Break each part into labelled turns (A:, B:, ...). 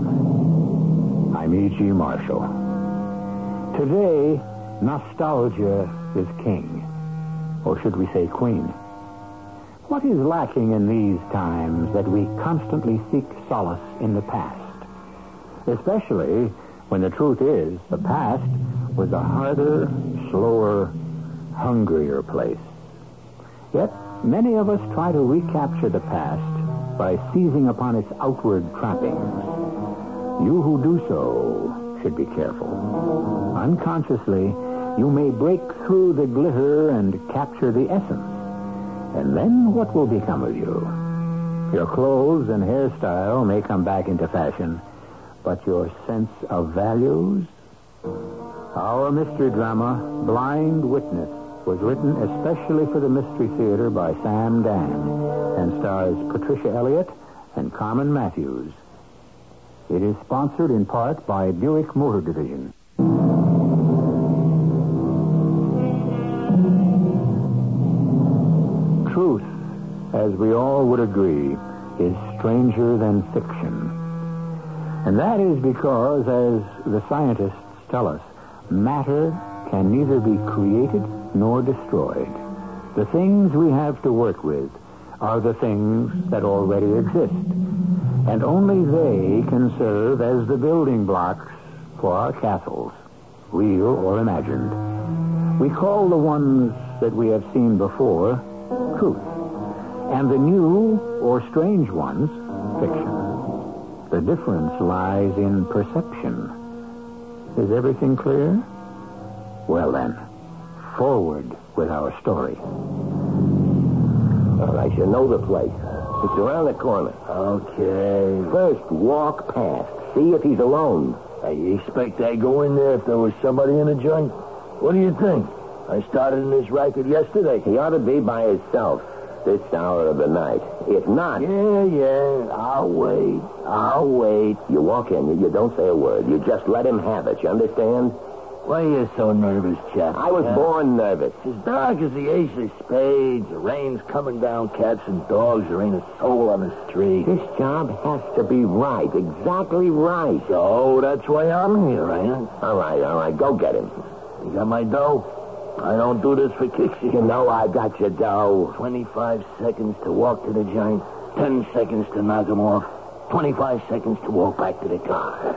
A: Welcome. I'm E.G. Marshall. Today, nostalgia is king. Or should we say queen? What is lacking in these times that we constantly seek solace in the past? Especially when the truth is the past was a harder, slower, hungrier place. Yet many of us try to recapture the past by seizing upon its outward trappings. You who do so should be careful. Unconsciously, you may break through the glitter and capture the essence. And then what will become of you? Your clothes and hairstyle may come back into fashion, but your sense of values? Our mystery drama, Blind Witness, was written especially for the Mystery Theater by Sam Dan and stars Patricia Elliott and Carmen Matthews. It is sponsored in part by Buick Motor Division. Truth, as we all would agree, is stranger than fiction. And that is because, as the scientists tell us, matter can neither be created nor destroyed. The things we have to work with are the things that already exist. And only they can serve as the building blocks for our castles, real or imagined. We call the ones that we have seen before truth, and the new or strange ones fiction. The difference lies in perception. Is everything clear? Well then, forward with our story.
B: All right, you know the place. It's around the corner.
C: Okay.
B: First, walk past. See if he's alone.
C: Hey, you expect I go in there if there was somebody in the joint? What do you think? I started in this racket yesterday.
B: He ought to be by himself this hour of the night. If not...
C: Yeah, yeah. I'll wait. I'll wait.
B: You walk in. You don't say a word. You just let him have it. You understand?
C: Why are you so nervous, chap?
B: I was
C: huh?
B: born nervous.
C: It's as dark as the ace of spades. The rain's coming down, cats and dogs. There ain't a soul on the street.
B: This job has to be right, exactly right.
C: So that's why I'm here, ain't it?
B: All right, all right, go get him.
C: You got my dough? I don't do this for kicks.
B: You know I got your dough.
C: 25 seconds to walk to the giant, 10 seconds to knock him off, 25 seconds to walk back to the car.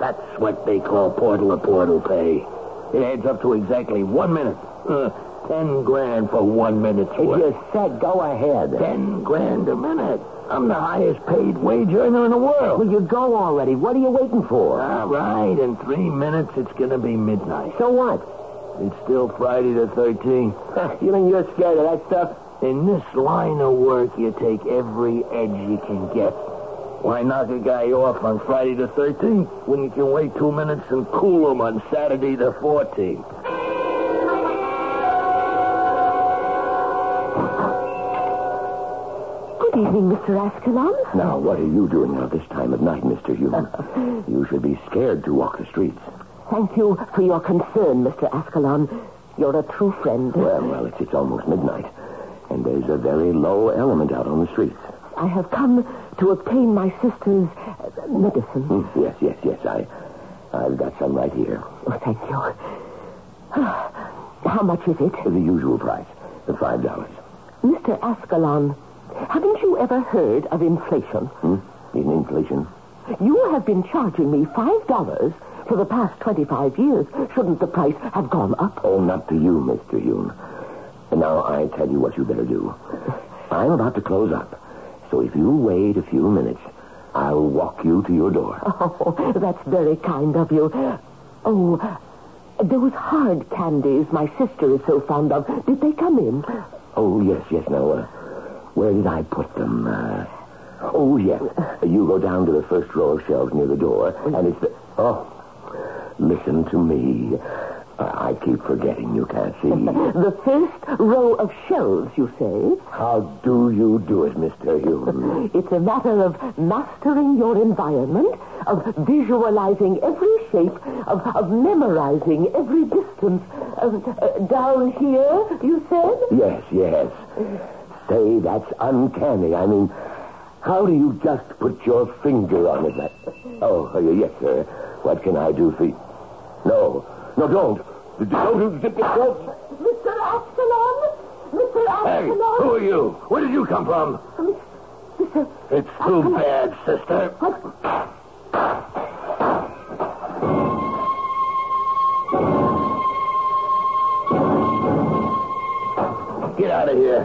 C: That's what they call portal to portal pay. It adds up to exactly one minute. Uh, ten grand for one minute's
B: It
C: work.
B: just said go ahead.
C: Ten grand a minute. I'm the highest paid wage earner in the world.
B: Will you go already? What are you waiting for?
C: All right, in three minutes it's gonna be midnight.
B: so what?
C: It's still Friday the 13th.
B: you mean you're scared of that stuff?
C: In this line of work, you take every edge you can get. Why knock a guy off on Friday the 13th when you can wait two minutes and cool him on Saturday the 14th?
D: Good evening, Mr. Askelon.
B: Now, what are you doing out this time of night, Mr. Hume? you should be scared to walk the streets.
D: Thank you for your concern, Mr. Askelon. You're a true friend.
B: Well, well, it's, it's almost midnight, and there's a very low element out on the streets.
D: I have come to obtain my sister's uh, medicine.
B: Hmm, Yes, yes, yes, I, I've got some right here.
D: Oh, thank you. How much is it?
B: The usual price, the five dollars.
D: Mr. Askelon, haven't you ever heard of inflation?
B: Hmm? In inflation.
D: You have been charging me $5 for the past 25 years. Shouldn't the price have gone up?
B: Oh, not to you, Mr. Hume. And now I tell you what you better do. I'm about to close up, so if you wait a few minutes, I'll walk you to your door.
D: Oh, that's very kind of you. Oh, those hard candies my sister is so fond of, did they come in?
B: Oh, yes, yes. Now, uh, where did I put them? Uh, oh, yes. You go down to the first row of shelves near the door, and it's the. Oh, listen to me. Uh, I keep forgetting you can't see.
D: The first row of shelves, you say?
B: How do you do it, Mr. Hume?
D: It's a matter of mastering your environment, of visualizing every shape, of, of memorizing every distance. Um, uh, down here, you said?
B: Yes, yes. Say, that's uncanny. I mean,
E: How do you just put your finger on it? Like... Oh, uh, yes, sir. What can I do for you? No. No, don't. Don't zip yourself.
D: Mr. Absalom? Mr.
F: Hey,
D: Absalom?
F: who are you? Where did you come from?
D: Mr.
F: It's too bad, sister.
D: What?
F: Get out of here.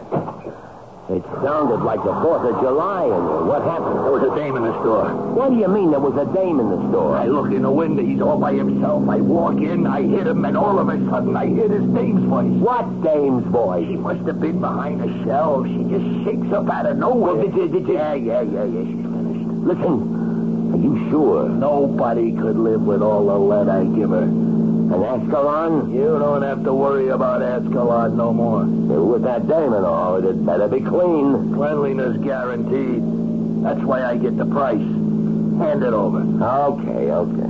E: It sounded like the 4th of July in there. What happened?
F: There was a dame in the store.
E: What do you mean there was a dame in the store?
F: I look in the window. He's all by himself. I walk in. I hit him, and all of a sudden, I hear this dame's voice.
E: What dame's voice?
F: She must have been behind a shelf. She just shakes up out of nowhere.
E: Well, did you- did you-
F: Yeah, yeah, yeah, yeah. She's finished.
E: Listen, are you sure?
F: Nobody could live with all the lead I give her.
E: An Ascalon?
F: You don't have to worry about Ascalon no more.
E: With that dame and all, it had better be clean.
F: Cleanliness guaranteed. That's why I get the price. Hand it over. Uh,
E: Okay, okay.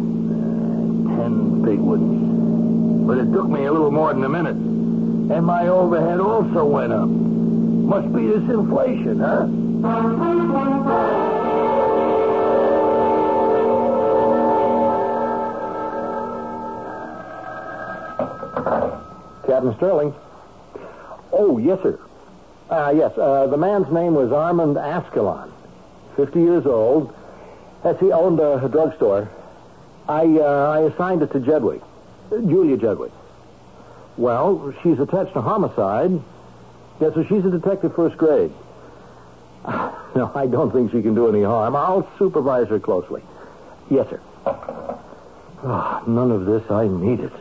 F: Ten big ones. But it took me a little more than a minute. And my overhead also went up. Must be this inflation, huh?
B: Captain Sterling. Oh, yes, sir. Uh, yes, uh, the man's name was Armand Ascalon, 50 years old. Yes, he owned a, a drugstore. I, uh, I assigned it to Jedwick, uh, Julia Jedwick. Well, she's attached to homicide. Yes, so she's a detective first grade. No, I don't think she can do any harm. I'll supervise her closely. Yes, sir. Ah, none of this. I need it.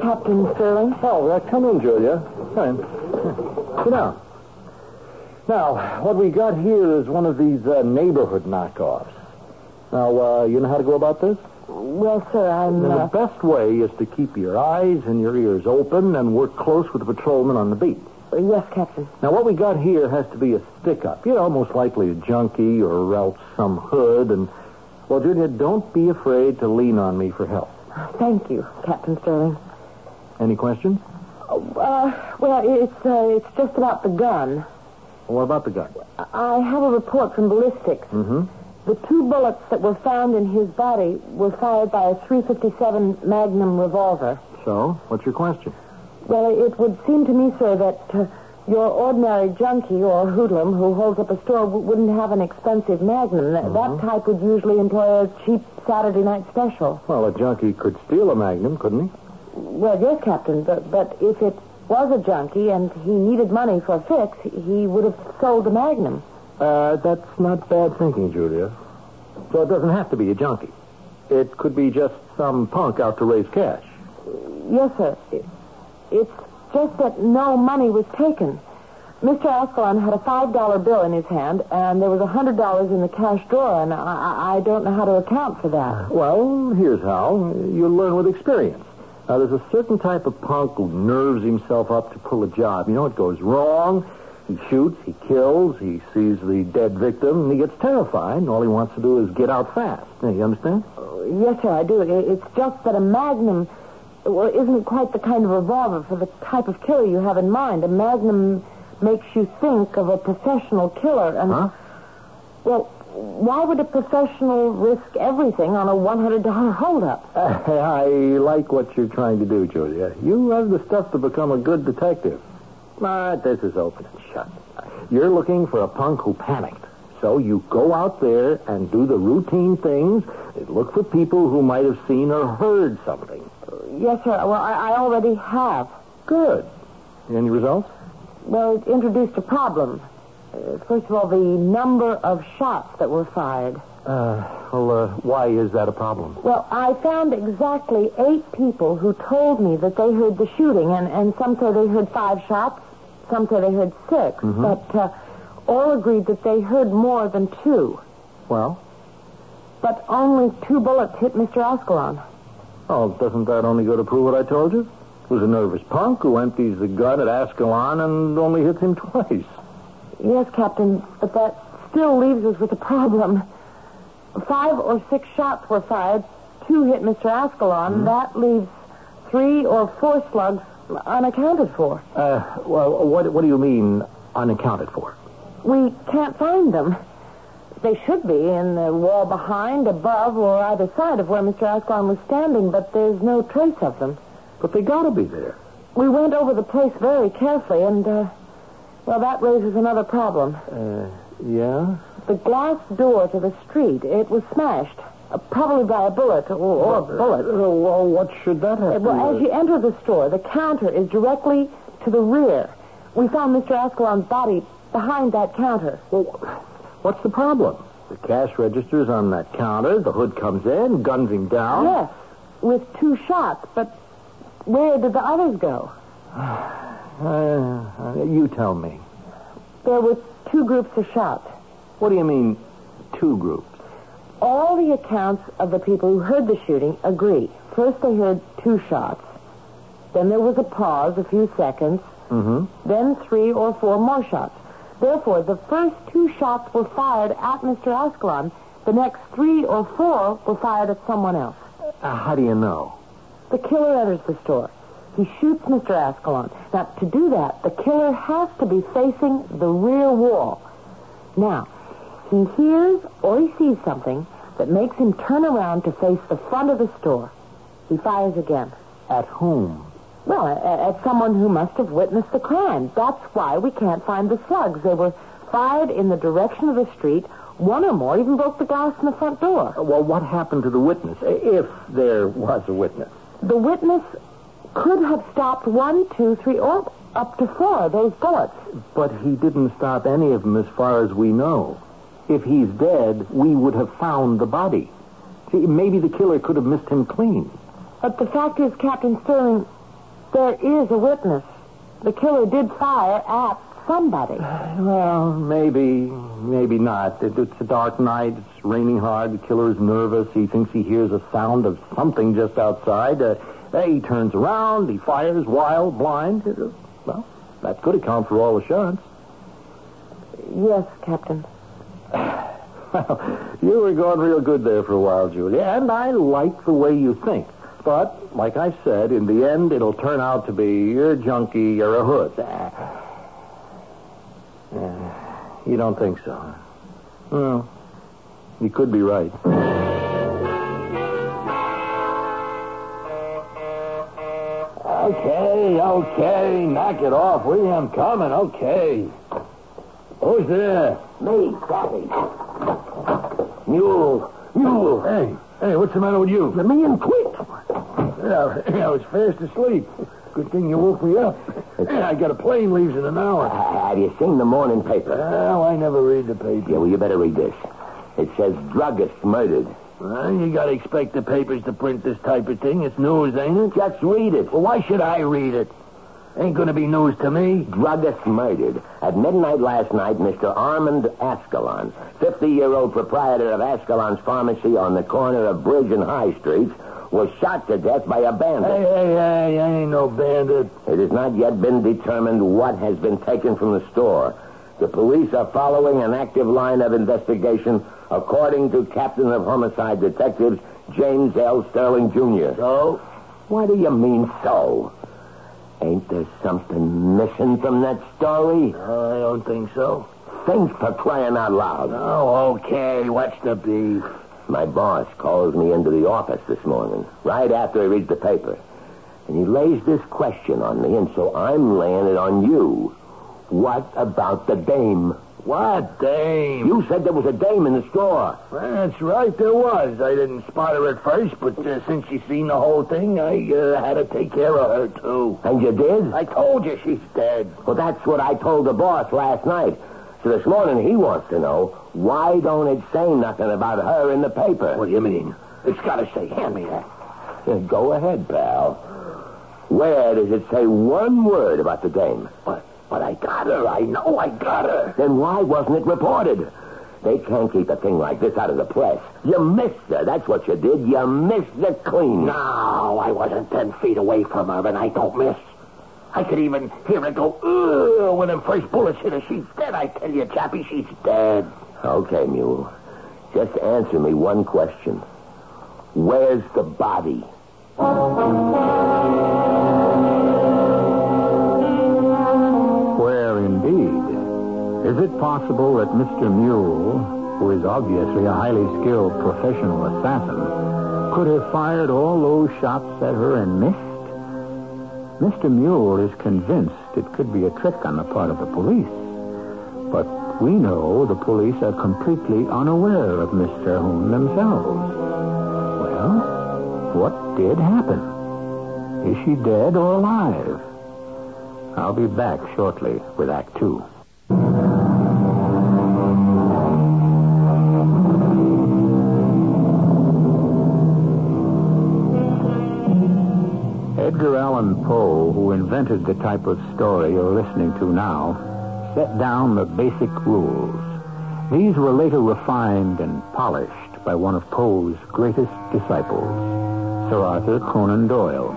D: Captain Sterling?
B: Oh, uh, come in, Julia. Come in. Sit down. Now, what we got here is one of these uh, neighborhood knockoffs. Now, uh, you know how to go about this?
D: Well, sir, I'm.
B: Now,
D: Uh,
B: the best way is to keep your eyes and your ears open and work close with the patrolman on the beat.
D: uh, yes, Captain.
B: Now, what we got here has to be a stick-up. You know, most likely a junkie or else some hood. And, well, Julia, don't be afraid to lean on me for help.
D: Thank you, Captain Sterling.
B: Any questions?
D: Uh, well, it's uh, it's just about the gun.
B: What about the gun?
D: I have a report from ballistics.
B: Mm-hmm.
D: The two bullets that were found in his body were fired by a 357 Magnum revolver.
B: So, what's your question?
D: Well, it would seem to me, sir, that uh, your ordinary junkie or hoodlum who holds up a store w- wouldn't have an expensive Magnum. That,
B: Mm-hmm.
D: that type would usually employ a cheap Saturday night special.
B: Well, a junkie could steal a magnum, couldn't he?
D: Well, yes, Captain, but, but if it was a junkie and he needed money for a fix, he would have sold the Magnum.
B: Uh, that's not bad thinking, Julia. So it doesn't have to be a junkie. It could be just some punk out to raise cash.
D: Yes, sir. It- It's just that no money was taken. Mr. Ascalon had a $5 bill in his hand, and there was a $100 in the cash drawer, and I, I- I don't know how to account for that.
B: Well, here's how. You learn with experience. Now, there's a certain type of punk who nerves himself up to pull a job. You know, it goes wrong. He shoots, he kills, he sees the dead victim, and he gets terrified, and all he wants to do is get out fast. Now, you understand?
D: Yes, sir, I do. It- It's just that a Magnum well, isn't quite the kind of revolver for the type of killer you have in mind. A Magnum makes you think of a professional killer, and
B: Huh?
D: well, why would a professional risk everything on a $100 holdup?
B: I like what you're trying to do, Julia. You have the stuff to become a good detective. But this is open and shut. You're looking for a punk who panicked. So you go out there and do the routine things and look for people who might have seen or heard something.
D: Yes, sir. Well, I, I already have.
B: Good. Any results?
D: Well, it introduced a problem. Uh, first of all, the number of shots that were fired.
B: Uh, well, uh, why is that a problem?
D: Well, I found exactly eight people who told me that they heard the shooting, and, and some say they heard five shots, some say they heard 6 but uh, all agreed that they heard more than two.
B: Well,
D: But only two bullets hit Mr. Ascalon.
B: oh, doesn't that only go to prove what I told you? It was a nervous punk who empties the gun at Ascalon and only hits him twice.
D: Yes, Captain, but that still leaves us with a problem. Five or six shots were fired. Two hit Mr. Ascalon. That leaves three or four slugs unaccounted for.
B: Uh, well, what, what do you mean
G: unaccounted for.
D: We can't find them. They should be in the wall behind, above, or either side of where Mr. Ascalon was standing, but there's no trace of them.
G: But they gotta be there.
D: We went over the place very carefully, and, uh, well, that raises another problem.
G: Yeah?
D: The glass door to the street, it was smashed, uh, probably by a bullet or,
G: Oh,
D: or a bullet.
G: Uh, Well, what should that
D: Uh,
G: have
D: Well, as you enter the store, the counter is directly to the rear. We found Mr. Ascalon's body behind that counter.
G: Well, what's the problem? The cash register's on that counter. The hood comes in, guns him down.
D: Oh, Yes, with two shots, but where did the others go?
G: Uh, uh, you tell me.
D: There were two groups of shots.
G: What do you mean, two groups?
D: All the accounts of the people who heard the shooting agree. First, they heard two shots. Then there was a pause, a few seconds. Mm-hmm. Then three or four more shots. Therefore, the first two shots were fired at Mr. Ascalon. The next three or four were fired at someone else.
G: Uh, how do you know?
D: The killer enters the store. He shoots Mr. Ascalon. Now, to do that, the killer has to be facing the rear wall. Now, he hears or he sees something that makes him turn around to face the front of the store. He fires again.
G: At whom?
D: Well, a- a- at someone who must have witnessed the crime. That's why we can't find the slugs. They were fired in the direction of the street. One or more even broke the glass in the front door.
G: Uh, Well, what happened to the witness, i- if there was a witness?
D: The witness could have stopped one, two, three, or up to four of those bullets.
G: But he didn't stop any of them as far as we know. If he's dead, we would have found the body. See, maybe the killer could have missed him clean.
D: But the fact is, Captain Sterling, there is a witness. The killer did fire at somebody.
G: Well, maybe, maybe not. It- it's a dark night. It's raining hard. The killer's nervous. He thinks he hears a sound of something just outside. Uh, he turns around. He fires wild, blind. Uh, Well, that could account for all the shots.
D: Yes, Captain.
G: Well, you were going real good there for a while, Julia, and I like the way you think. But, like I said, in the end, it'll turn out to be you're a junkie, you're a hood. Ah. Ah, You don't think so? huh? Well, you could be right.
C: Okay, okay, knock it off, will you? I'm coming, okay. Who's there?
B: Me, Daddy.
C: Mule. Mule. Hey, hey, what's the matter with you? Let me in quick. I was fast asleep. Good thing you woke me up. Yeah, I got a plane leaves in an hour.
B: Have you seen the morning paper?
C: Well, I never read the paper.
B: Yeah, well, you better read this. It says druggist murdered.
C: Well, you gotta expect the papers to print this type of thing. It's news, ain't it?
B: Just read it.
C: Well, why should I read it? Ain't gonna be news to me.
B: Druggist murdered. At midnight last night, Mr. Armand Ascalon, 50-year-old proprietor of Ascalon's Pharmacy on the corner of Bridge and High Streets, was shot to death by a bandit.
C: Hey, hey, hey, I ain't no bandit.
B: It has not yet been determined what has been taken from the store. The police are following an active line of investigation, according to Captain of Homicide Detectives James L. Sterling Jr. So? What do you mean, so? Ain't there something missing from that story?
C: I don't think so.
B: Think for crying out loud.
C: Oh, okay. What's the beef?
B: My boss calls me into the office this morning, right after he reads the paper. And he lays this question on me, and so I'm laying it on you. What about the dame?
C: What, dame?
B: You said there was a dame in the store.
C: Well, that's right, there was. I didn't spot her at first, but uh, since she seen the whole thing, I uh, had to take care of her, too.
B: And you did?
C: I told you she's dead.
B: Well, that's what I told the boss last night. So this morning he wants to know, why don't it say nothing about her in the paper?
C: What do you mean? It's got to say, hand me that.
B: Go ahead, pal. Where does it say one word about the dame?
C: But, but I got her. I know I got her.
B: Then why wasn't it reported? They can't keep a thing like this out of the press. You missed her. That's what you did. You missed the clean.
C: No, I wasn't ten feet away from her, and I don't miss. I could even hear her go, ooh, when them first bullets hit her. She's dead, I tell you, Chappie. She's dead.
B: Okay, Mule. Just answer me one question. Where's the body?
A: Where indeed? Is it possible that Mr. Mule, who is obviously a highly skilled professional assassin, could have fired all those shots at her and missed? Mr. Mule is convinced it could be a trick on the part of the police. But we know the police are completely unaware of Mr. Hoon themselves. Well, what did happen? Is she dead or alive? I'll be back shortly with Act Two. Edgar Allan Poe, who invented the type of story you're listening to now, set down the basic rules. These were later refined and polished by one of Poe's greatest disciples, Sir Arthur Conan Doyle.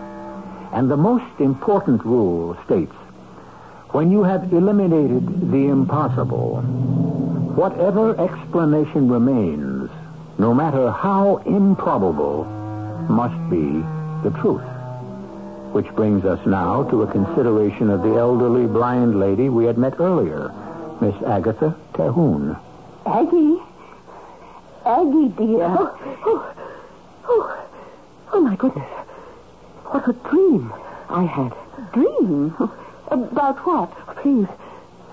A: And the most important rule states when you have eliminated the impossible, whatever explanation remains, no matter how improbable, must be the truth. Which brings us now to a consideration of the elderly blind lady we had met earlier, Miss Agatha Terhune.
H: Aggie. Aggie, dear.
D: Oh, oh, oh, oh, my goodness. What a dream I had.
H: Dream? About what?
D: Please,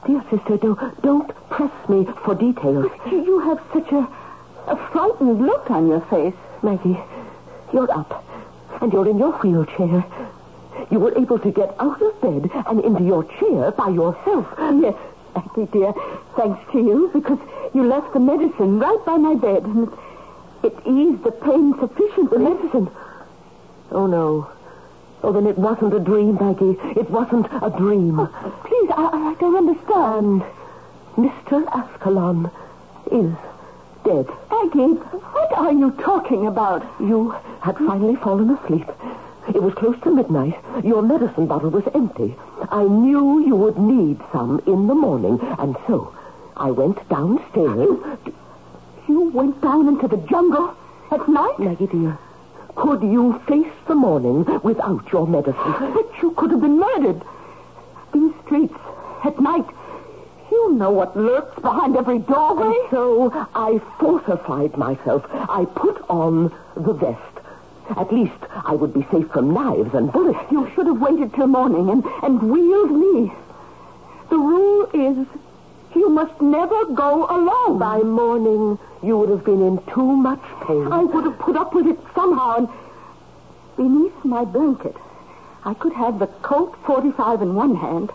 D: dear sister, do, don't press me for details.
H: You you have such a, a frightened look on your face.
D: Maggie, you're up, and you're in your wheelchair. You were able to get out of bed and into your chair by yourself.
H: Yes, Aggie, dear. Thanks to you, because you left the medicine right by my bed, and it eased the pain
D: The
H: sufficiently.
D: medicine. Oh, no. Oh, then it wasn't a dream, Maggie. It wasn't a dream.
H: Oh, Please, I, I- I don't understand.
D: And Mr. Ascalon is dead.
H: Aggie, what are you talking about?
D: You had finally fallen asleep. It was close to midnight. Your medicine bottle was empty. I knew you would need some in the morning, and so I went downstairs.
H: You went down into the jungle at night?
D: Maggie, dear, could you face the morning without your medicine?
H: But you could have been murdered. These streets, at night, you know what lurks behind every doorway.
D: And so I fortified myself. I put on the vest. At least I would be safe from knives and bullets.
H: You should have waited till morning and, and wheeled me. The rule is you must never go alone.
D: By morning, you would have been in too much pain.
H: I would have put up with it somehow, and beneath my blanket, I could have the Colt 45 in one hand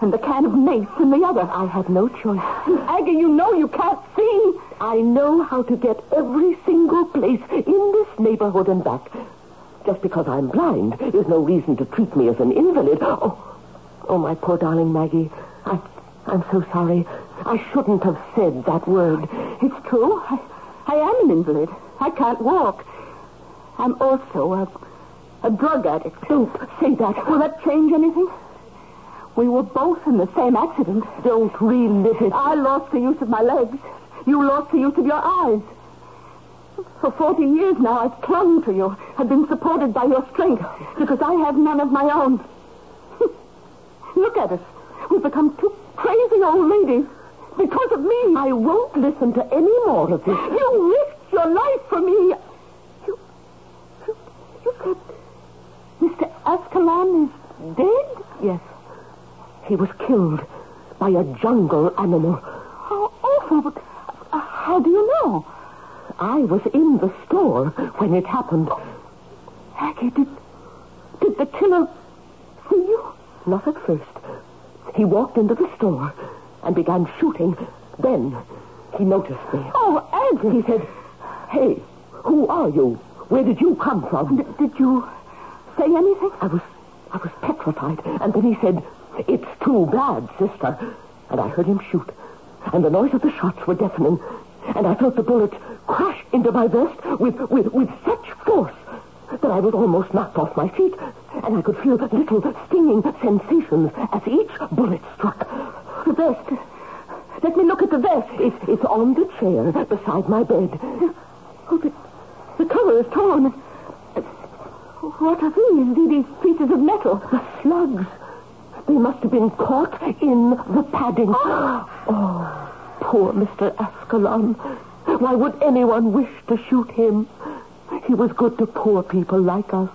H: and the can of mace in the other.
D: I had no choice.
H: Aggie, you know you can't see.
D: I know how to get every single place in this neighborhood and back. Just because I'm blind is no reason to treat me as an invalid. Oh, oh, my poor darling Maggie. I, I'm so sorry. I shouldn't have said that word.
H: It's true. I, I am an invalid. I can't walk. I'm also a, a drug addict.
D: Don't say that.
H: Will that change anything? We were both in the same accident.
D: Don't relive it.
H: I lost the use of my legs. You lost the use of your eyes. For 40 years now, I've clung to you. I've been supported by your strength because I have none of my own. Look at us. We've become two crazy old ladies because of me.
D: I won't listen to any more of this.
H: You risked your life for me. You, you, you said Mr. Ascalon is dead?
D: Yes. He was killed by a jungle animal.
H: How awful. But uh, how do you know?
D: I was in the store when it happened.
H: Aggie, did, did the killer see you?
D: Not at first. He walked into the store and began shooting. Then he noticed me.
H: Oh, Aggie.
D: He said, Hey, who are you? Where did you come from?
H: Did you say anything?
D: I was I was petrified. And then he said, It's too bad, sister. And I heard him shoot. And the noise of the shots were deafening. And I felt the bullets crash into my vest with, with, with such force that I was almost knocked off my feet. And I could feel little stinging sensations as each bullet struck. The vest. Let me look at the vest. It's, it's on the chair beside my bed.
H: Oh, the, the cover is torn. What are these? These pieces of metal.
D: The slugs. They must have been caught in the padding. Oh, poor Mr. Ascalon. Why would anyone wish to shoot him? He was good to poor people like us.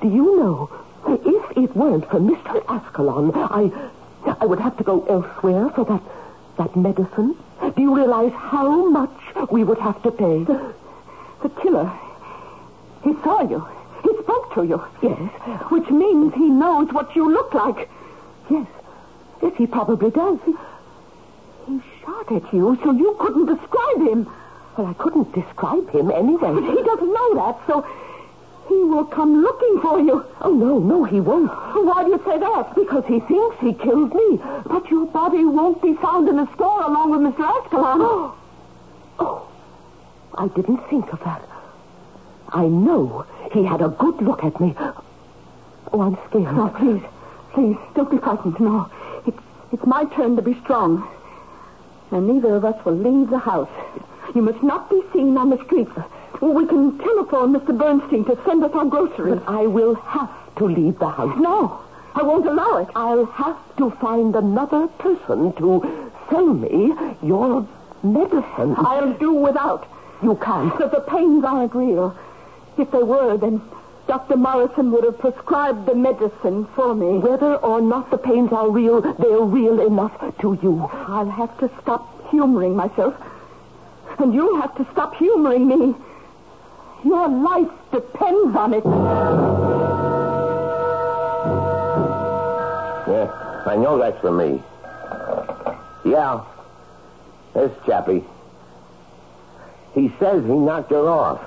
D: Do you know, if it weren't for Mr. Ascalon, I, I would have to go elsewhere for that, that medicine. Do you realize how much we would have to pay? The, the killer. He saw you. He spoke to you. Yes. Which means he knows what you look like. Yes. Yes, he probably does. He, he shot at you, so you couldn't describe him. Well, I couldn't describe him anyway. But he doesn't know that, so he will come looking for you. Oh, no, no, he won't. Why do you say that? Because he thinks he killed me. But your body won't be found in the store along with Mr. Ascalon. Oh, oh I didn't think of that. I know he had a good look at me. Oh, I'm scared. No, please, please, don't be frightened. No, it's, it's my turn to be strong. And neither of us will leave the house. You must not be seen on the streets. We can telephone Mr. Bernstein to send us our groceries. But I will have to leave the house. No, I won't allow it. I'll have to find another person to sell me your medicine. I'll do without. You can't. But the pains aren't real. If they were, then Dr. Morrison would have prescribed the medicine for me. Whether or not the pains are real, they're real enough to you. I'll have to stop humoring myself. And you'll have to stop humoring me. Your life depends on it.
B: Yeah, I know that's for me. Yeah. This chappie. He says he knocked her off.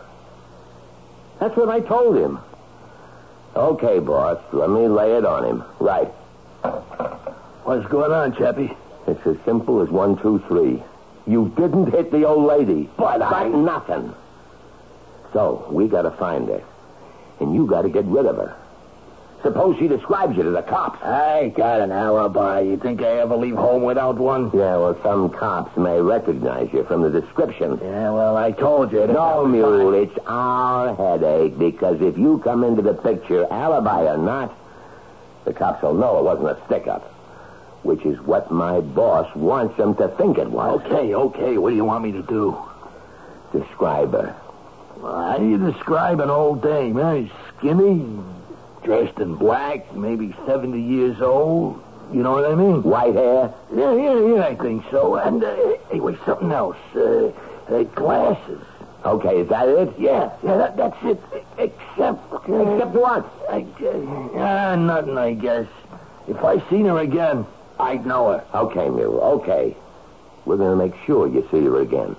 B: That's what I told him. Okay, boss. Let me lay it on him. Right.
I: What's going on, Chappie?
B: It's as simple as one, two, three. You didn't hit the old lady.
I: But I-
B: nothing. So we gotta find her. And you gotta get rid of her. Suppose she describes you to the cops.
I: I got an alibi. You think I ever leave home without one?
B: Yeah, well, some cops may recognize you from the description.
I: Yeah, well, I told you. that-
B: No, Mule, it's our headache because if you come into the picture, alibi or not, the cops will know it wasn't a stick up, which is what my boss wants them to think it was.
I: Okay, okay. What do you want me to do?
B: Describe her.
I: Well, how do you describe an old dame? Huh? Skinny, dressed in black, maybe 70 years old. You know what I mean?
B: White hair?
I: Yeah, yeah, yeah, I think so. And, uh, anyway, something else. Uh, uh, glasses.
B: Okay, is that it?
I: Yeah, yeah, that, that's it. Except... Uh,
B: Except what?
I: I, uh, ah, nothing, I guess. If I seen her again, I'd know her.
B: Okay, Mule, okay. We're going to make sure you see her again.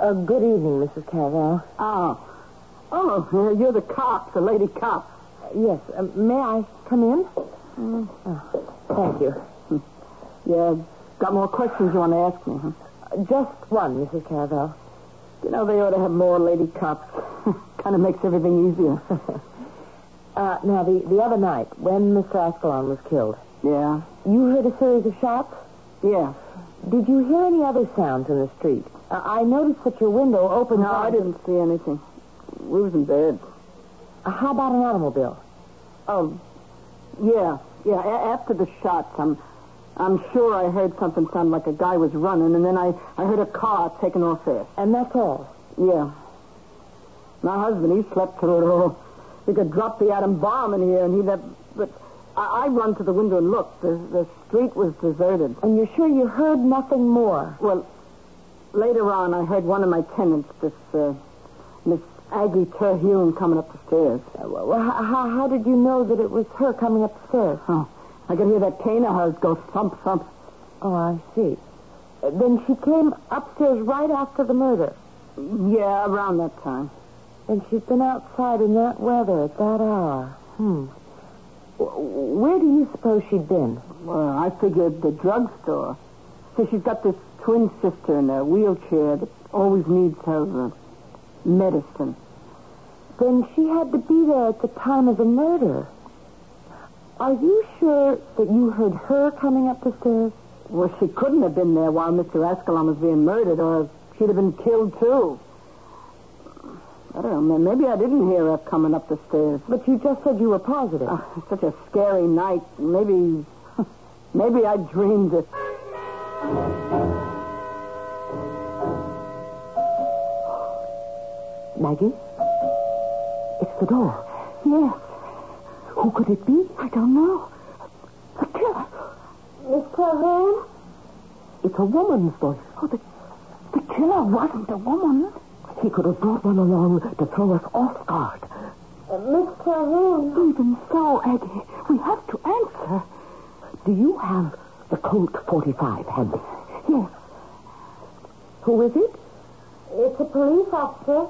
J: Uh, good evening, Mrs. Cavell.
D: Oh. Oh, you're the cops, the lady cops.
J: Yes, uh, may I come in? Oh, thank you.
D: Mm. Yeah, got more questions you want to ask me, huh?
J: Uh, Just one, Mrs. Cavell.
D: You know, they ought to have more lady cops. kind of makes everything easier.
J: Uh, now, the, the other night, when Mr. Ascalon was killed,
D: yeah,
J: you heard a series of shots?
D: yeah.
J: Did you hear any other sounds in the street? Uh, I noticed that your window opened.
D: No, I didn't see anything. We was in bed.
J: Uh, How about an automobile?
D: Oh, yeah, yeah. A- after the shots, I'm, I'm sure I heard something sound like a guy was running, and then I, I heard a car taking off fast.
J: And that's all.
D: Yeah. My husband, he slept through it all. He could drop the atom bomb in here, and he'd have. But I, I run to the window and looked. The, the street was deserted.
J: And you're sure you heard nothing more?
D: Well, later on, I heard one of my tenants, this uh, Miss Aggie Terhune, coming up the stairs.
J: Uh, well, how, how, how did you know that it was her coming up the stairs?
D: Oh, I could hear that cane of hers go thump thump.
J: Oh, I see. Uh, Then she came upstairs right after the murder.
D: Yeah, around that time.
J: And she's been outside in that weather at that hour. Hmm. W- Where do you suppose she'd been?
D: Well, I figured the drugstore. So she's got this twin sister in a wheelchair that always needs her uh, medicine.
J: Then she had to be there at the time of the murder. Are you sure that you heard her coming up the stairs? Well, she couldn't have been there while Mr. Ascalon was being murdered, or she'd have been killed, too. I don't know, man. Maybe I didn't hear her coming up the stairs.
D: But you just said you were positive.
J: Ah, it's such a scary night. Maybe. Maybe I dreamed it.
D: Maggie? It's the door.
H: Yes.
D: Who could it be?
H: I don't know. A killer.
D: Miss Calhoun? It's a woman's voice.
H: Oh, the, the killer wasn't a woman.
D: He could have brought one along to throw us off guard. Miss Calhoun?
H: Even so, Aggie, we have to answer.
D: Do you have the Colt 45 handy?
H: Yes.
D: Who is it?
K: It's a police officer.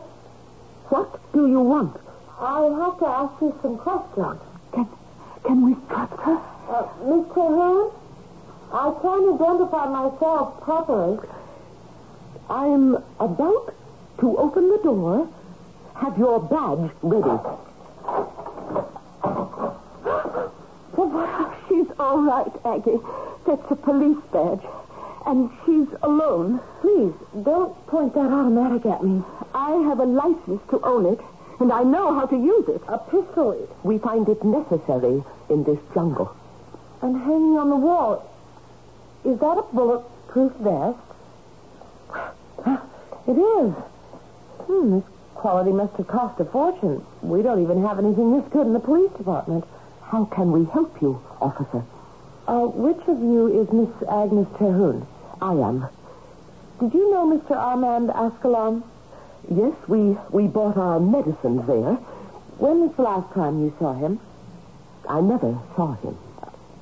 D: What do you want?
K: I have to ask you some questions.
H: Can can we trust her?
K: Uh, Miss Calhoun, I can't identify myself properly.
D: I'm about to open the door. Have your badge ready.
H: She's all right, Aggie. That's a police badge. And she's alone.
D: Please, don't point that automatic at me.
H: I have a license to own it, and I know how to use it.
K: A pistol
D: We find it necessary in this jungle.
K: and hanging on the wall. Is that a bulletproof vest?
D: It is. Hmm, this quality must have cost a fortune. We don't even have anything this good in the police department. How can we help you, officer? Uh, which of you is Miss Agnes Terhune? I am. Did you know Mr. Armand Ascalon? Yes, we, we bought our medicines there. When was the last time you saw him? I never saw him.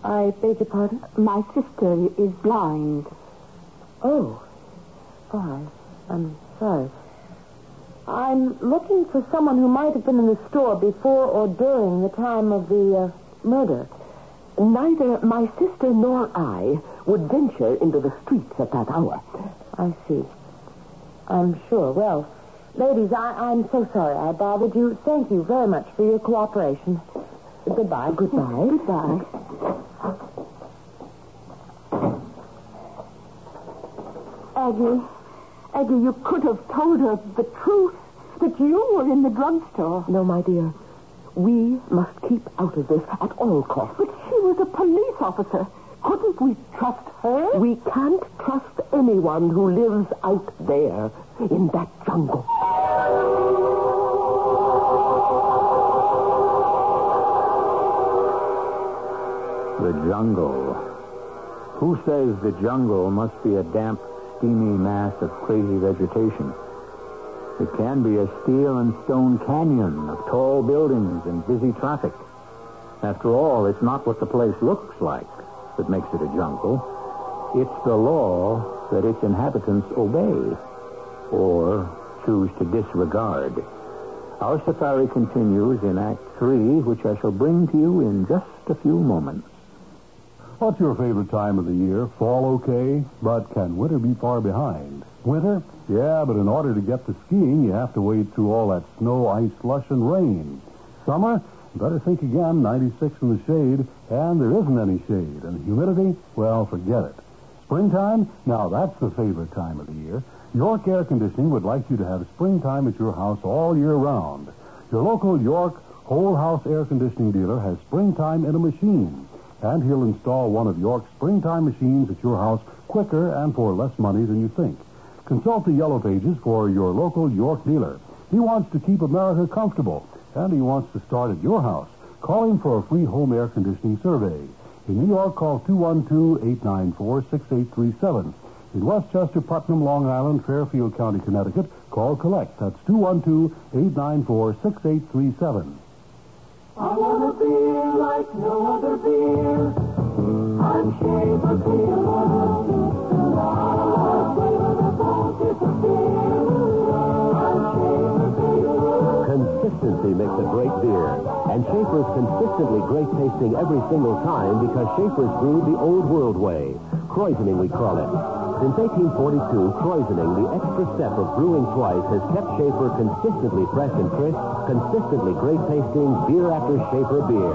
D: I beg your pardon?
H: My sister is blind.
D: Oh. Oh, I, I'm sorry. I'm looking for someone who might have been in the store before or during the time of the uh, murder. Neither my sister nor I would venture into the streets at that hour. I see. I'm sure. Well, ladies, I, I'm so sorry I bothered you. Thank you very much for your cooperation. Goodbye. Goodbye. Goodbye.
H: Aggie, Aggie, you could have told her the truth that you were in the drugstore.
D: No, my dear. We must keep out of this at all costs.
H: But she was a police officer. Couldn't we trust her?
D: We can't trust anyone who lives out there in that jungle.
A: The jungle. Who says the jungle must be a damp, steamy mass of crazy vegetation? It can be a steel and stone canyon of tall buildings and busy traffic. After all, it's not what the place looks like that makes it a jungle. It's the law that its inhabitants obey or choose to disregard. Our safari continues in Act 3, which I shall bring to you in just a few moments.
L: What's your favorite time of the year? Fall okay, but can winter be far behind? Winter? Yeah, but in order to get to skiing, you have to wade through all that snow, ice, slush, and rain. Summer? Better think again, 96 in the shade, and there isn't any shade. And humidity? Well, forget it. Springtime? Now that's the favorite time of the year. York Air Conditioning would like you to have springtime at your house all year round. Your local York whole house air conditioning dealer has springtime in a machine and he'll install one of York's springtime machines at your house quicker and for less money than you think. Consult the yellow pages for your local York dealer. He wants to keep America comfortable, and he wants to start at your house. Call him for a free home air conditioning survey. In New York, call 212-894-6837. In Westchester, Putnam, Long Island, Fairfield County, Connecticut, call Collect. That's 212-894-6837.
B: Consistency makes a great beer. And Schaefer's consistently great tasting every single time because Schaefer's brewed the old world way. Croisening, we call it. Since 1842, croisening, the extra step of brewing twice, has kept Schaefer consistently fresh and crisp, consistently great tasting beer after Schaefer beer.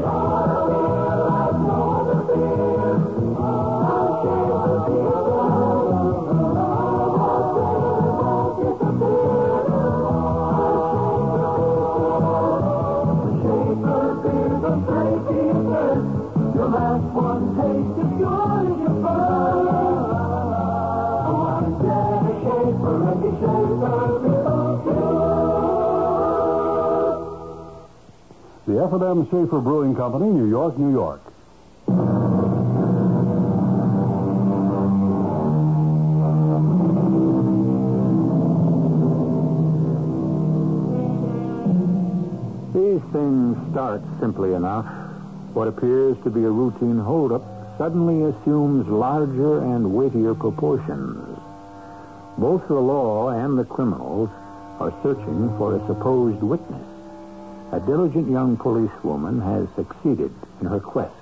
L: The F&M Schaefer Brewing Company, New York, New York.
A: These things start simply enough. What appears to be a routine holdup suddenly assumes larger and weightier proportions. Both the law and the criminals are searching for a supposed witness. A diligent young policewoman has succeeded in her quest.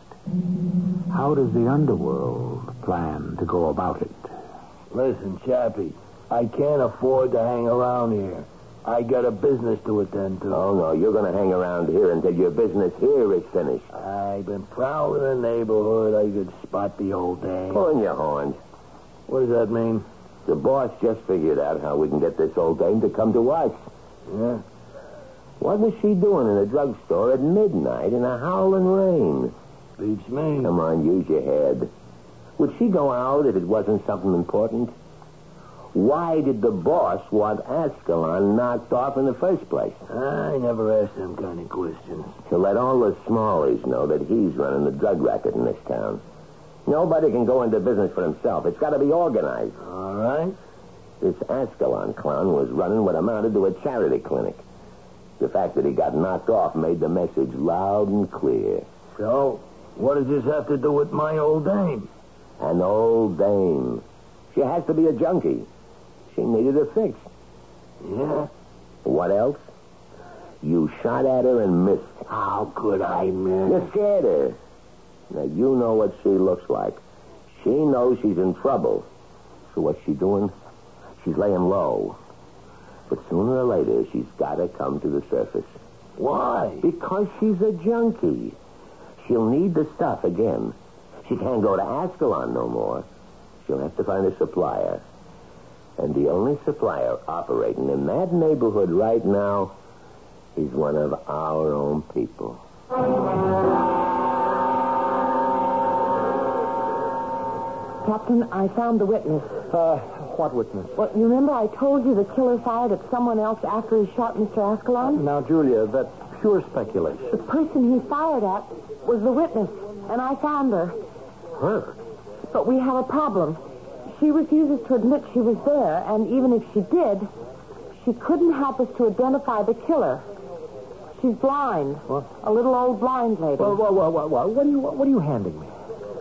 A: How does the underworld plan to go about it?
C: Listen, Chappie, I can't afford to hang around here. I got a business to attend to.
B: Oh, no, you're going to hang around here until your business here is finished.
C: I've been prowling the neighborhood. I could spot the old thing.
B: Pulling your horns.
C: What does that mean?
B: The boss just figured out how we can get this old dame to come to us.
C: Yeah.
B: What was she doing in a drugstore at midnight in a howling rain?
C: Beats me.
B: Come on, use your head. Would she go out if it wasn't something important? Why did the boss want Ascalon knocked off in the first place?
C: I never asked them kind of questions.
B: To let all the smallies know that he's running the drug racket in this town. Nobody can go into business for himself. It's got to be organized.
C: All right.
B: This Ascalon clown was running what amounted to a charity clinic. The fact that he got knocked off made the message loud and clear.
C: So, what does this have to do with my old dame?
B: An old dame. She has to be a junkie. She needed a fix.
C: Yeah?
B: What else? You shot at her and missed.
C: How could I
B: You
C: miss?
B: scared her. Now, you know what she looks like. She knows she's in trouble. So what's she doing? She's laying low. But sooner or later, she's got to come to the surface.
C: Why?
B: Because she's a junkie. She'll need the stuff again. She can't go to Ascalon no more. She'll have to find a supplier. And the only supplier operating in that neighborhood right now is one of our own people.
D: Captain, I found the witness.
G: Uh, what witness?
D: Well, you remember I told you the killer fired at someone else after he shot Mr. Ascalon?
G: Now, Julia, that's pure speculation.
D: The person he fired at was the witness, and I found her.
G: Her?
D: But we have a problem. She refuses to admit she was there, and even if she did, she couldn't help us to identify the killer. She's blind. A little old blind lady.
G: Well, well, well, well, well, what are you, what are you handing me?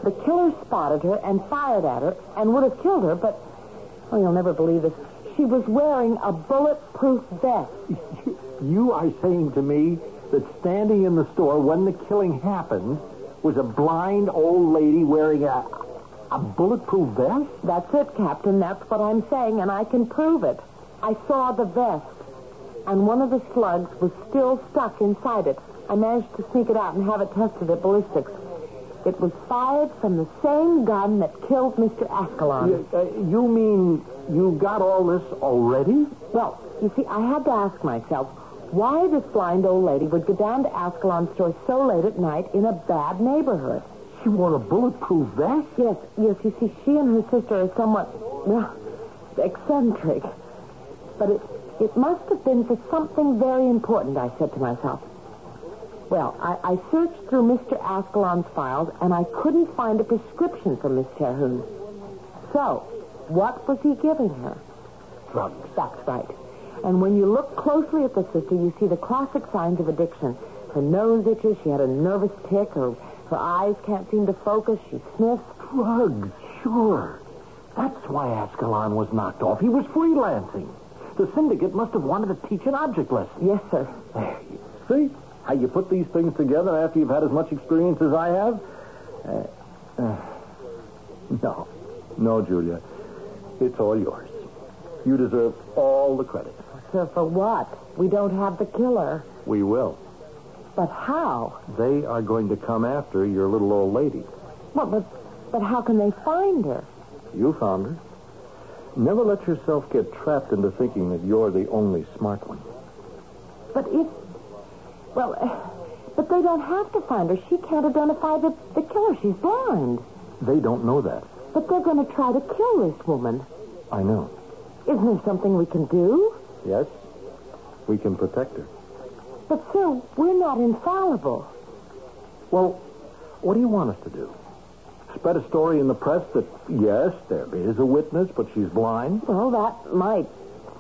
D: The killer spotted her and fired at her and would have killed her, but, oh, you'll never believe this. She was wearing a bulletproof vest.
G: You are saying to me that standing in the store when the killing happened was a blind old lady wearing a, a bulletproof vest?
D: That's it, Captain. That's what I'm saying, and I can prove it. I saw the vest, and one of the slugs was still stuck inside it. I managed to sneak it out and have it tested at ballistics. It was fired from the same gun that killed Mr. Ascalon.
G: You, uh, you mean you got all this already?
D: Well, you see, I had to ask myself why this blind old lady would go down to Ascalon store so late at night in a bad neighborhood.
G: She wore a bulletproof vest?
D: Yes, yes, you see, she and her sister are somewhat, well, eccentric. But it, it must have been for something very important, I said to myself. Well, I, I searched through Mr. Ascalon's files, and I couldn't find a prescription for Miss Terhune. So, what was he giving her? Drugs. That's right. And when you look closely at the sister, you see the classic signs of addiction. Her nose itches. She had a nervous tick. Her, her eyes can't seem to focus. She sniffs.
G: Drugs, sure. That's why Ascalon was knocked off. He was freelancing. The syndicate must have wanted to teach an object lesson.
D: Yes, sir.
G: See how you put these things together after you've had as much experience as I have? Uh, uh, no. No, Julia. It's all yours. You deserve all the credit.
D: Sir, for what? We don't have the killer.
G: We will.
D: But how?
G: They are going to come after your little old lady.
D: Well, but, but how can they find her?
G: You found her. Never let yourself get trapped into thinking that you're the only smart one.
D: But if, well, eh, but they don't have to find her. She can't identify the, the killer. She's blind.
G: They don't know that.
D: But they're going to try to kill this woman.
G: I know.
D: Isn't there something we can do?
G: Yes? We can protect her.
M: But, sir, we're not infallible.
A: Well, what do you want us to do? Spread a story in the press that, yes, there is a witness, but she's blind?
M: Well, that might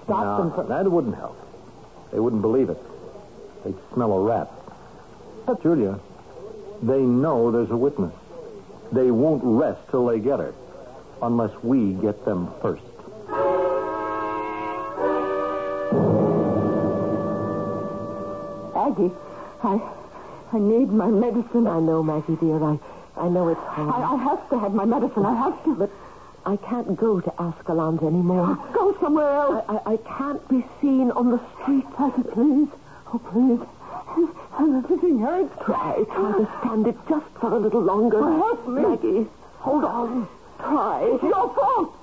M: stop
A: No,
M: them from.
A: That wouldn't help. They wouldn't believe it. They'd smell a rat. But, Julia, they know there's a witness. They won't rest till they get her, unless we get them first.
N: Aggie, I, I need my medicine.
D: I know, Maggie dear. I, I know it's hard.
N: I, I have to have my medicine. I have to. But
D: I can't go to Ascalon's anymore.
N: go somewhere else.
D: I, I, I can't be seen on the street, Aggie, please. Oh, please. Everything hurts. Try, try to stand it just for a little longer.
N: help me.
D: Maggie,
N: Hold on. Try. It's your fault.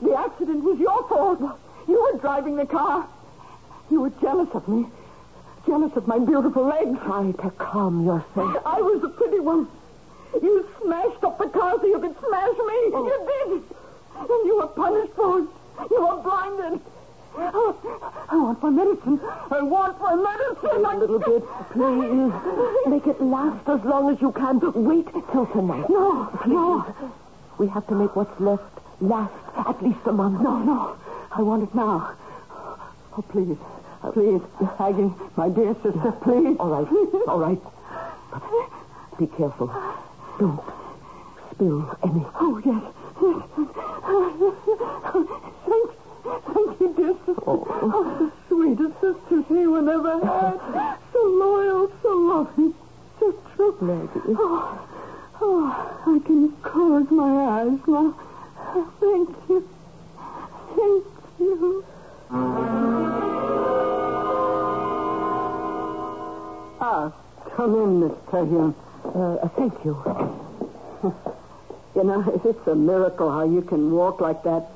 N: The accident was your fault. You were driving the car. You were jealous of me. Jealous of my beautiful legs.
D: try to calm yourself.
N: I was a pretty one. You smashed up the car so you could smash me.
D: Oh.
N: You did. And you were punished for it. You were blinded. Oh, I want my medicine. I want my medicine.
D: A little bit, please. Make it last as long as you can. Wait till tonight.
N: No, no.
D: We have to make what's left last at least a month.
N: No, no. I want it now. Oh, please. Please, Aggie, my dear sister, please.
D: All right, all right. But be careful. Don't spill any.
N: Oh, yes. Thank, thank you, dear sister. Oh. the sweetest sisters anyone ever had. So loyal, so loving, so true. Maggie. Oh, oh, I can close my eyes now. Thank you. Thank you.
J: Ah, come in, Miss Terhune.
D: Uh, thank you.
J: You know, it's a miracle how you can walk like that,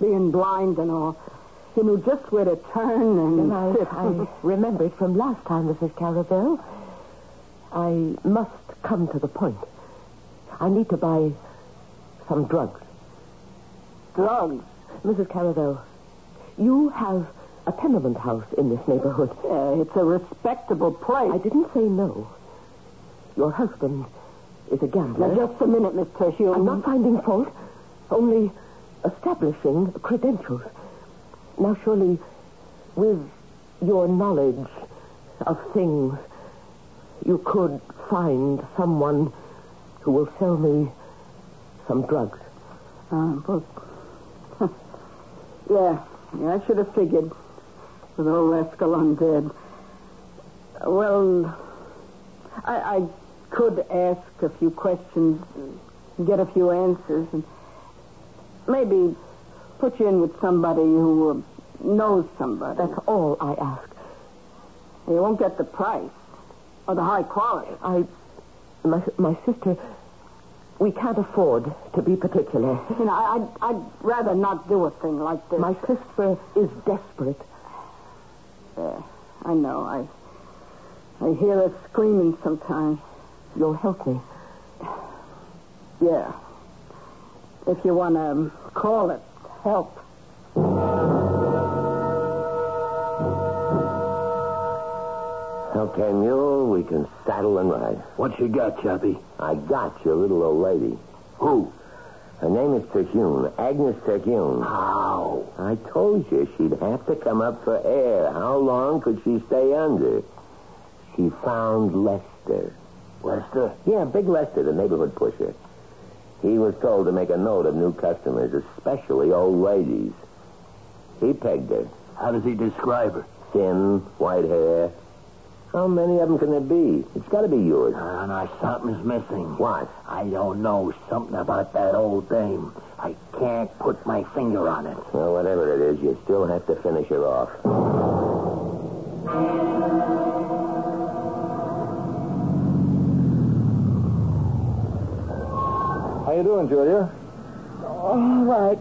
J: being blind and all. You know just where to turn and
D: And I,
J: sit.
D: I remembered from last time, Mrs. Caravel. I must come to the point. I need to buy some drugs.
J: Drugs.
D: Mrs. Caravel, you have a tenement house in this neighborhood.
J: Uh, it's a respectable place.
D: I didn't say no. Your husband is a gambler.
J: Now, just a minute, Miss Terhune.
D: I'm not finding fault, only establishing credentials. Now, surely, with your knowledge of things, you could find someone who will sell me some drugs.
J: Uh, well, huh. yeah, yeah, I should have figured. With old Escalon dead. Well, I, I could ask a few questions, get a few answers, and maybe put you in with somebody who uh, knows somebody.
D: That's all I ask.
J: You won't get the price or the high quality.
D: I. My, my sister. We can't afford to be particular.
J: You know, I, I'd, I'd rather not do a thing like this.
D: My sister is desperate.
J: Uh, I know. I I hear her screaming sometimes.
D: You'll help me.
J: Yeah. If you want to call it help.
B: Okay, mule, we can saddle and ride.
O: What you got, Chappie?
B: I got your little old lady.
O: Who?
B: Her name is Terhune, Agnes Terhune.
O: How?
B: I told you she'd have to come up for air. How long could she stay under? She found Lester.
O: Lester?
B: Yeah, Big Lester, the neighborhood pusher. He was told to make a note of new customers, especially old ladies. He pegged her.
O: How does he describe her?
B: Thin, white hair. How many of them can there be? It's got to be yours.
O: Uh, now, something's missing.
B: What?
O: I don't know. Something about that old dame. I can't put my finger on it.
B: Well, whatever it is, you still have to finish her off.
A: How you doing, Julia?
M: All right.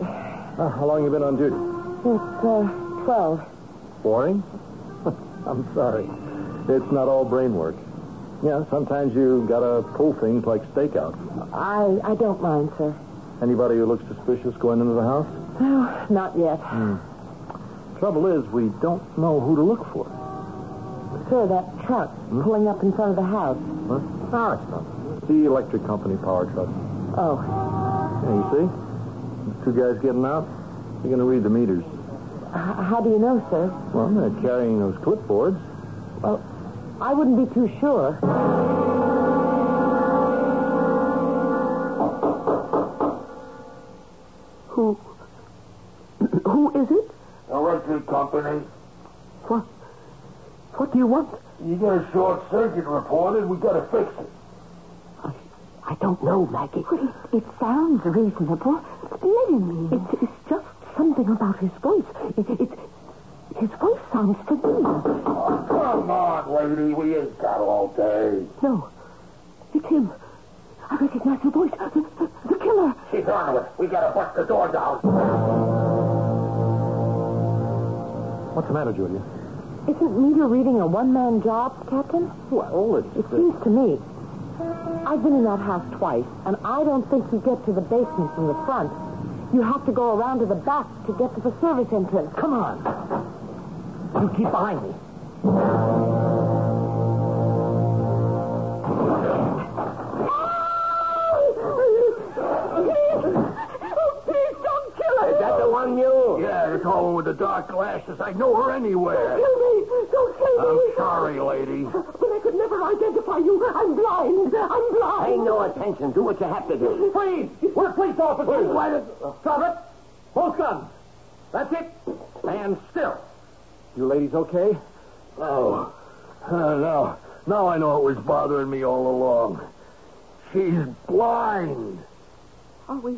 A: Uh, how long you been on duty?
M: It's uh, 12.
A: Boring? I'm sorry. It's not all brain work. Yeah, sometimes you gotta pull things like stakeouts.
M: I, I don't mind, sir.
A: Anybody who looks suspicious going into the house? Hmm.
M: No, not yet.
A: Trouble is, we don't know who to look for.
D: Sir, that truck
A: Hmm?
D: pulling up in front of the house.
G: Huh?
A: Ah,
G: No, it's not. The electric company power truck.
D: Oh,
G: Yeah, you see? The two guys getting out, they're going to read the meters.
D: H- how do you know, sir?
G: Well, they're carrying those clipboards.
D: Well, I wouldn't be too sure.
J: Who? Who is it?
P: Electric company.
J: What? What do you want?
P: You got a short circuit reported. We got to fix it.
J: I don't know, Maggie.
H: It, it sounds reasonable. Let him in.
J: It's, it's just something about his voice. It, it, his voice sounds familiar.
P: Oh, come on, lady. We ain't got all day.
J: No, it's him. I recognize the voice. The, the- the killer.
P: She's on to it. We got to bust the door down.
G: What's the matter, Julia?
D: Isn't meter reading a one-man job, Captain?
G: Well, it's...
D: It seems to me. I've been in that house twice, and I don't think you get to the basement from the front. You have to go around to the back to get to the service entrance. Come on. You keep behind me.
H: Oh, please don't kill her.
B: Is that the one you?
P: Yeah, the tall one with the dark glasses. I know her anywhere.
H: Kill me. Don't kill me.
P: I'm sorry, lady.
H: But I could never identify you. I'm blind. I'm blind.
B: Pay no attention. Do what you have to do.
G: Please! We're police officers! Why did...
H: uh,
G: Stop it! Both guns! That's it! And still! You ladies okay?
P: Oh, uh, now, now I know what was bothering me all along. She's blind.
J: Are we.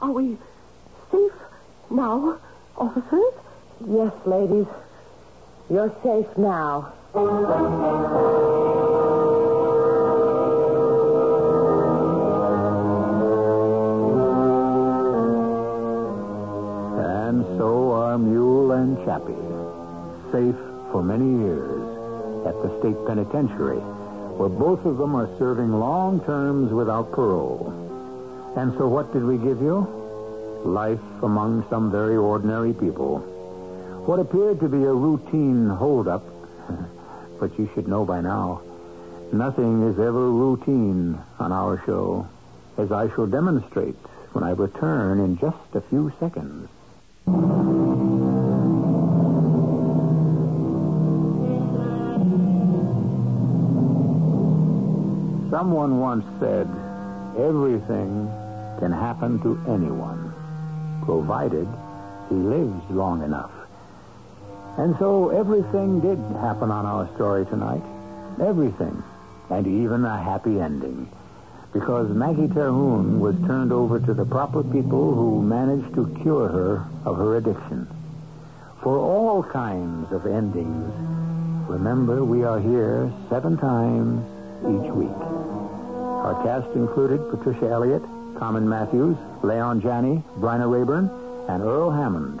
J: Are we safe now, officers?
D: Yes, ladies. You're safe now.
A: And so are Mule and Chappie, safe for many years at the state penitentiary, where both of them are serving long terms without parole. And so what did we give you? Life among some very ordinary people. What appeared to be a routine holdup, but you should know by now, nothing is ever routine on our show, as I shall demonstrate when I return in just a few seconds. Someone once said, everything can happen to anyone, provided he lives long enough. And so everything did happen on our story tonight. Everything. And even a happy ending. Because Maggie Terhune was turned over to the proper people who managed to cure her of her addiction. For all kinds of endings, remember we are here seven times each week. Our cast included Patricia Elliott, Common Matthews, Leon Janney, Bryna Rayburn, and Earl Hammond.